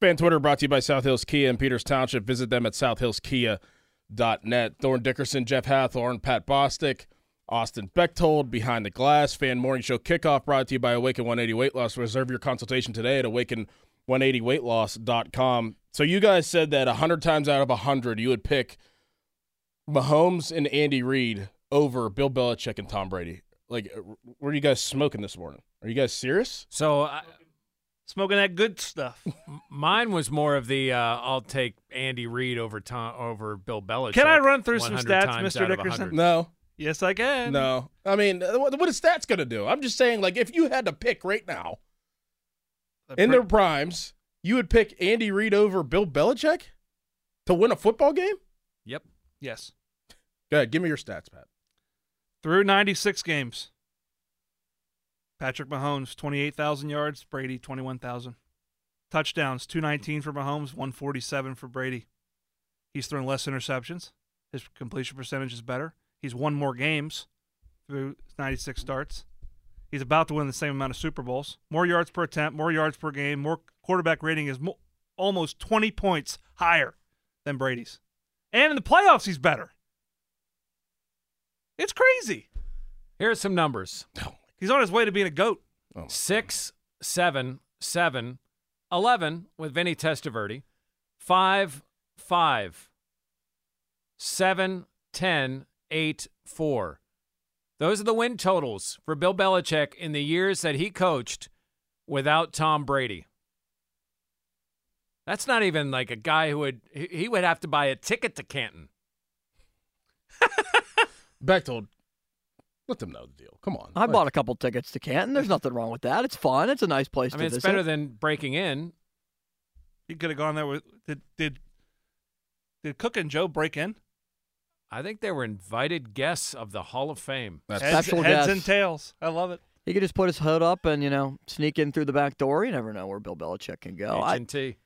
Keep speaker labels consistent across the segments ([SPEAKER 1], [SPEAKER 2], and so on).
[SPEAKER 1] Fan Twitter brought to you by South Hills Kia in Peters Township. Visit them at southhillskia.net. Thorn Dickerson, Jeff Hathorn, Pat Bostick, Austin Bechtold, Behind the Glass. Fan Morning Show Kickoff brought to you by Awaken 180 Weight Loss. Reserve your consultation today at awaken180weightloss.com. So you guys said that 100 times out of 100 you would pick – Mahomes and Andy Reid over Bill Belichick and Tom Brady. Like, were you guys smoking this morning? Are you guys serious?
[SPEAKER 2] So, I, smoking that good stuff.
[SPEAKER 3] uh, Mine was more of the uh, I'll take Andy Reid over Tom over Bill Belichick.
[SPEAKER 2] Can I run through some stats, Mr. Dickerson?
[SPEAKER 1] No.
[SPEAKER 2] Yes, I can.
[SPEAKER 1] No. I mean, uh, what, what is stats going to do? I'm just saying, like, if you had to pick right now the in per- their primes, you would pick Andy Reid over Bill Belichick to win a football game?
[SPEAKER 3] Yep.
[SPEAKER 2] Yes.
[SPEAKER 1] Go ahead. Give me your stats, Pat.
[SPEAKER 2] Through 96 games, Patrick Mahomes, 28,000 yards, Brady, 21,000. Touchdowns, 219 for Mahomes, 147 for Brady. He's thrown less interceptions. His completion percentage is better. He's won more games through 96 starts. He's about to win the same amount of Super Bowls. More yards per attempt, more yards per game, more quarterback rating is mo- almost 20 points higher than Brady's. And in the playoffs, he's better. It's crazy.
[SPEAKER 3] Here are some numbers.
[SPEAKER 2] He's on his way to being a goat.
[SPEAKER 3] Oh. Six, seven, seven, eleven with Vinny Testaverde. Five, five, seven, ten, eight, four. Those are the win totals for Bill Belichick in the years that he coached without Tom Brady. That's not even like a guy who would he would have to buy a ticket to Canton.
[SPEAKER 1] Bechtold, let them know the deal. Come on.
[SPEAKER 4] I like, bought a couple tickets to Canton. There's nothing wrong with that. It's fun. It's a nice place
[SPEAKER 3] I
[SPEAKER 4] mean,
[SPEAKER 3] it's
[SPEAKER 4] visit.
[SPEAKER 3] better than breaking in.
[SPEAKER 2] You could have gone there with did did did Cook and Joe break in?
[SPEAKER 3] I think they were invited guests of the Hall of Fame.
[SPEAKER 2] That's heads,
[SPEAKER 4] special
[SPEAKER 2] heads
[SPEAKER 4] guests.
[SPEAKER 2] and tails. I love it.
[SPEAKER 4] He could just put his hood up and you know sneak in through the back door. You never know where Bill Belichick can go. Oh, I-
[SPEAKER 3] H&T.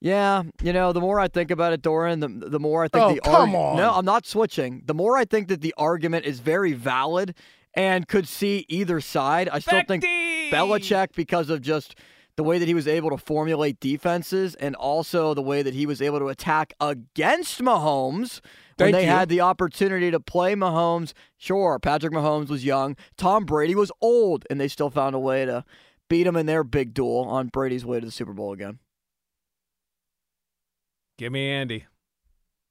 [SPEAKER 4] yeah, you know, the more I think about it, Doran, the, the more I think
[SPEAKER 1] Oh,
[SPEAKER 4] the
[SPEAKER 1] come on.
[SPEAKER 4] No, I'm not switching. The more I think that the argument is very valid and could see either side. I still think
[SPEAKER 2] Becky!
[SPEAKER 4] Belichick because of just the way that he was able to formulate defenses and also the way that he was able to attack against Mahomes when
[SPEAKER 1] Thank
[SPEAKER 4] they
[SPEAKER 1] you.
[SPEAKER 4] had the opportunity to play Mahomes. Sure, Patrick Mahomes was young, Tom Brady was old, and they still found a way to beat him in their big duel on Brady's way to the Super Bowl again.
[SPEAKER 3] Give me Andy.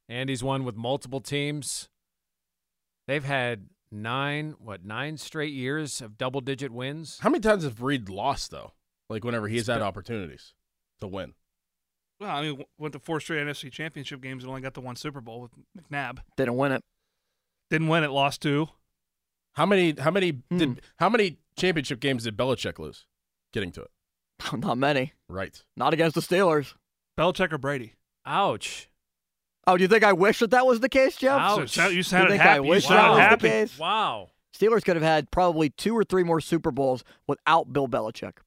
[SPEAKER 3] Andy's won with multiple teams. They've had nine, what, nine straight years of double digit wins?
[SPEAKER 1] How many times has Reed lost though? Like whenever he's had opportunities to win.
[SPEAKER 2] Well, I mean, w- went to four straight NFC Championship games and only got the one Super Bowl with McNabb.
[SPEAKER 4] They didn't win it.
[SPEAKER 2] Didn't win it. Lost two.
[SPEAKER 1] How many? How many
[SPEAKER 4] Hmm.
[SPEAKER 1] did? How many championship games did Belichick lose? Getting to it.
[SPEAKER 4] Not many.
[SPEAKER 1] Right.
[SPEAKER 4] Not against the Steelers.
[SPEAKER 2] Belichick or Brady.
[SPEAKER 3] Ouch.
[SPEAKER 4] Oh, do you think I wish that that was the case, Jeff?
[SPEAKER 3] Ouch.
[SPEAKER 2] So, so you
[SPEAKER 4] Do you
[SPEAKER 2] sounded
[SPEAKER 4] think I
[SPEAKER 2] happy. You
[SPEAKER 3] Wow.
[SPEAKER 4] wish that
[SPEAKER 2] sounded
[SPEAKER 4] was
[SPEAKER 2] happy.
[SPEAKER 4] the case?
[SPEAKER 3] Wow.
[SPEAKER 4] Steelers could have had probably two or three more Super Bowls without Bill Belichick.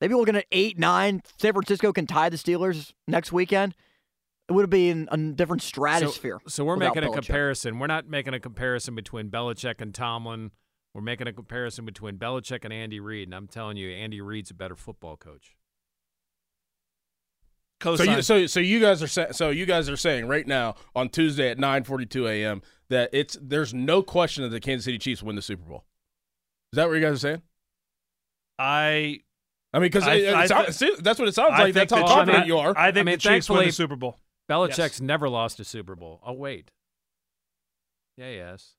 [SPEAKER 4] Maybe we're going to eight, nine. San Francisco can tie the Steelers next weekend. It would have been a different stratosphere.
[SPEAKER 3] So, so we're
[SPEAKER 4] without
[SPEAKER 3] making a
[SPEAKER 4] Belichick.
[SPEAKER 3] comparison. We're not making a comparison between Belichick and Tomlin. We're making a comparison between Belichick and Andy Reid. And I'm telling you, Andy Reid's a better football coach.
[SPEAKER 1] So you,
[SPEAKER 2] Cosign.
[SPEAKER 1] so so you guys are sa- so you guys are saying right now on Tuesday at 9:42 a.m. that it's there's no question that the Kansas City Chiefs win the Super Bowl. Is that what you guys are saying?
[SPEAKER 2] I
[SPEAKER 1] I mean, because
[SPEAKER 2] I- I
[SPEAKER 1] that's what it sounds
[SPEAKER 2] I
[SPEAKER 1] like. That's
[SPEAKER 2] think
[SPEAKER 1] how
[SPEAKER 2] the
[SPEAKER 1] confident
[SPEAKER 3] Chiefs-
[SPEAKER 1] you are.
[SPEAKER 2] I think
[SPEAKER 3] I mean,
[SPEAKER 2] the Chiefs win
[SPEAKER 3] thankfully-
[SPEAKER 2] the Super Bowl.
[SPEAKER 3] Belichick's
[SPEAKER 2] Yes.
[SPEAKER 3] never lost a Super Bowl. Oh wait. Yeah, yes.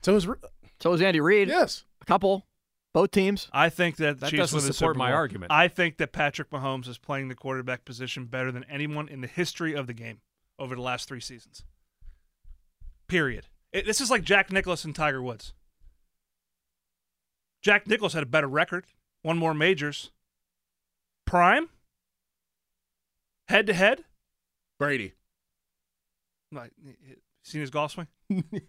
[SPEAKER 1] so is Re-
[SPEAKER 4] So was Andy Reid.
[SPEAKER 1] yes.
[SPEAKER 4] A couple. Both teams.
[SPEAKER 2] I think that, the
[SPEAKER 3] That
[SPEAKER 2] Chiefs
[SPEAKER 3] doesn't
[SPEAKER 2] win the
[SPEAKER 3] support
[SPEAKER 2] Super
[SPEAKER 3] my
[SPEAKER 2] Bowl.
[SPEAKER 3] argument.
[SPEAKER 2] I think that Patrick Mahomes is playing the quarterback position better than anyone in the history of the game over the last three seasons. Period. It- this is like Jack Nicklaus and Tiger Woods. Jack Nicklaus had a better record, won more majors. Prime, head to head.
[SPEAKER 1] Brady.
[SPEAKER 2] Like, Seen his golf swing?
[SPEAKER 3] And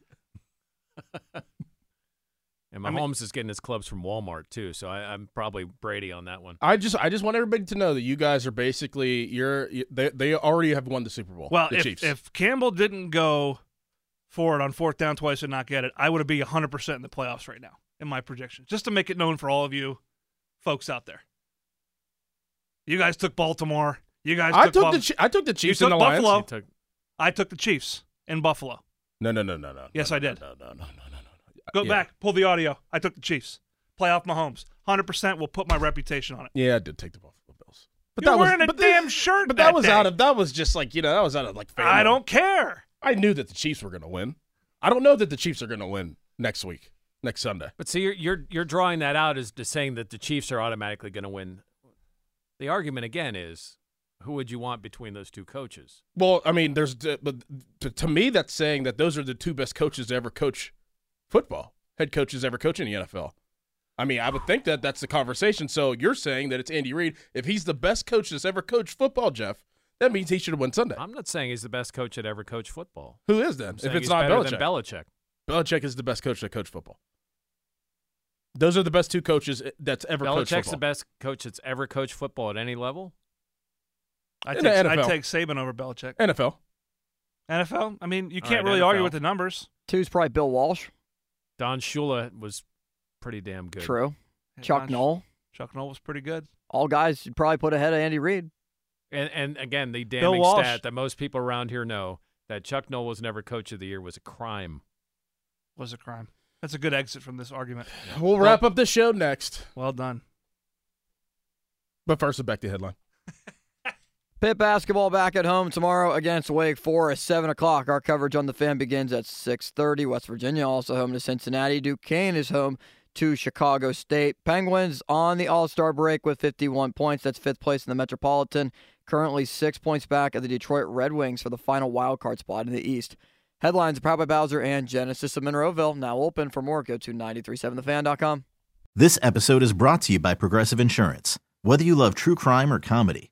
[SPEAKER 2] I
[SPEAKER 3] Mahomes
[SPEAKER 2] mean-
[SPEAKER 3] is getting his clubs from Walmart too, so I, I'm probably Brady on that one.
[SPEAKER 1] I just I just want everybody to know that you guys are basically you're you- they they already have won the Super Bowl.
[SPEAKER 2] Well,
[SPEAKER 1] the
[SPEAKER 2] if,
[SPEAKER 1] Chiefs.
[SPEAKER 2] if Campbell didn't go for it on fourth down twice and not get it, I would be 100% in the playoffs right now in my projection, just to make it known for all of you folks out there. You guys took Baltimore. You guys
[SPEAKER 1] I
[SPEAKER 2] took,
[SPEAKER 1] took
[SPEAKER 2] Buff-
[SPEAKER 1] the Chi- I took the Chiefs
[SPEAKER 2] took
[SPEAKER 1] and the Lions.
[SPEAKER 2] Buffalo.
[SPEAKER 3] He took-
[SPEAKER 2] I took the Chiefs in Buffalo.
[SPEAKER 1] No, no, no, no, no.
[SPEAKER 2] Yes,
[SPEAKER 1] no,
[SPEAKER 2] I
[SPEAKER 1] no,
[SPEAKER 2] did.
[SPEAKER 1] No, no, no, no, no, no.
[SPEAKER 2] Go
[SPEAKER 1] Yeah.
[SPEAKER 2] back, pull the audio. I took the Chiefs. Playoff Mahomes. 100% will put my reputation on it.
[SPEAKER 1] Yeah, I did take the Buffalo Bills.
[SPEAKER 2] You were in a damn shirt
[SPEAKER 1] But
[SPEAKER 2] that
[SPEAKER 1] that was
[SPEAKER 2] day.
[SPEAKER 1] out of that was just like you know that was out of like. Family.
[SPEAKER 2] I don't care.
[SPEAKER 1] I knew that the Chiefs were going to win. I don't know that the Chiefs are going to win next week, next Sunday.
[SPEAKER 3] But see, you're you're you're drawing that out as to saying that the Chiefs are automatically going to win. The argument again is, who would you want between those two coaches?
[SPEAKER 1] Well, I mean, there's uh, but to, to me that's saying that those are the two best coaches to ever coach football, head coaches ever coach in the NFL. I mean, I would think that that's the conversation. So you're saying that it's Andy Reid. If he's the best coach that's ever coached football, Jeff, that means he should have won Sunday.
[SPEAKER 3] I'm not saying he's the best coach that ever coached football.
[SPEAKER 1] Who is then?
[SPEAKER 3] I'm
[SPEAKER 1] If
[SPEAKER 3] saying
[SPEAKER 1] it's
[SPEAKER 3] he's
[SPEAKER 1] not
[SPEAKER 3] better
[SPEAKER 1] Belichick,
[SPEAKER 3] than Belichick.
[SPEAKER 1] Belichick is the best coach that coached football. Those are the best two coaches that's ever coached
[SPEAKER 3] Belichick's
[SPEAKER 1] football.
[SPEAKER 3] the best coach that's ever coached football at any level.
[SPEAKER 1] In
[SPEAKER 2] I take,
[SPEAKER 1] the
[SPEAKER 2] I
[SPEAKER 1] NFL.
[SPEAKER 2] take Saban over Belichick.
[SPEAKER 1] NFL.
[SPEAKER 2] NFL? I mean, you
[SPEAKER 3] All
[SPEAKER 2] can't
[SPEAKER 3] right,
[SPEAKER 2] really argue
[SPEAKER 3] NFL.
[SPEAKER 2] with the numbers.
[SPEAKER 4] Two's probably Bill Walsh.
[SPEAKER 3] Don Shula was pretty damn good.
[SPEAKER 4] True. Chuck
[SPEAKER 2] Don Sh-
[SPEAKER 4] Knoll.
[SPEAKER 2] Chuck Knoll was pretty good.
[SPEAKER 4] All guys you'd probably put ahead of Andy Reid.
[SPEAKER 3] And and again, the
[SPEAKER 2] Bill
[SPEAKER 3] damning
[SPEAKER 2] Walsh.
[SPEAKER 3] stat that most people around here know that Chuck Noll was never coach of the year was a crime.
[SPEAKER 2] was a crime. That's a good exit from this argument.
[SPEAKER 1] We'll wrap up the show next.
[SPEAKER 2] Well done.
[SPEAKER 1] But first, back to headline.
[SPEAKER 4] Pitt basketball back at home tomorrow against Wake Forest, seven o'clock. Our coverage on the fan begins at six thirty. West Virginia also home to Cincinnati. Duquesne is home to Chicago State. Penguins on the All Star break with fifty-one points. That's fifth place in the Metropolitan. Currently six points back of the Detroit Red Wings for the final wild card spot in the East. Headlines proud by Bowser and Genesis of Monroeville now open. For more, go to 937thefan.com.
[SPEAKER 5] This episode is brought to you by Progressive Insurance. Whether you love true crime or comedy,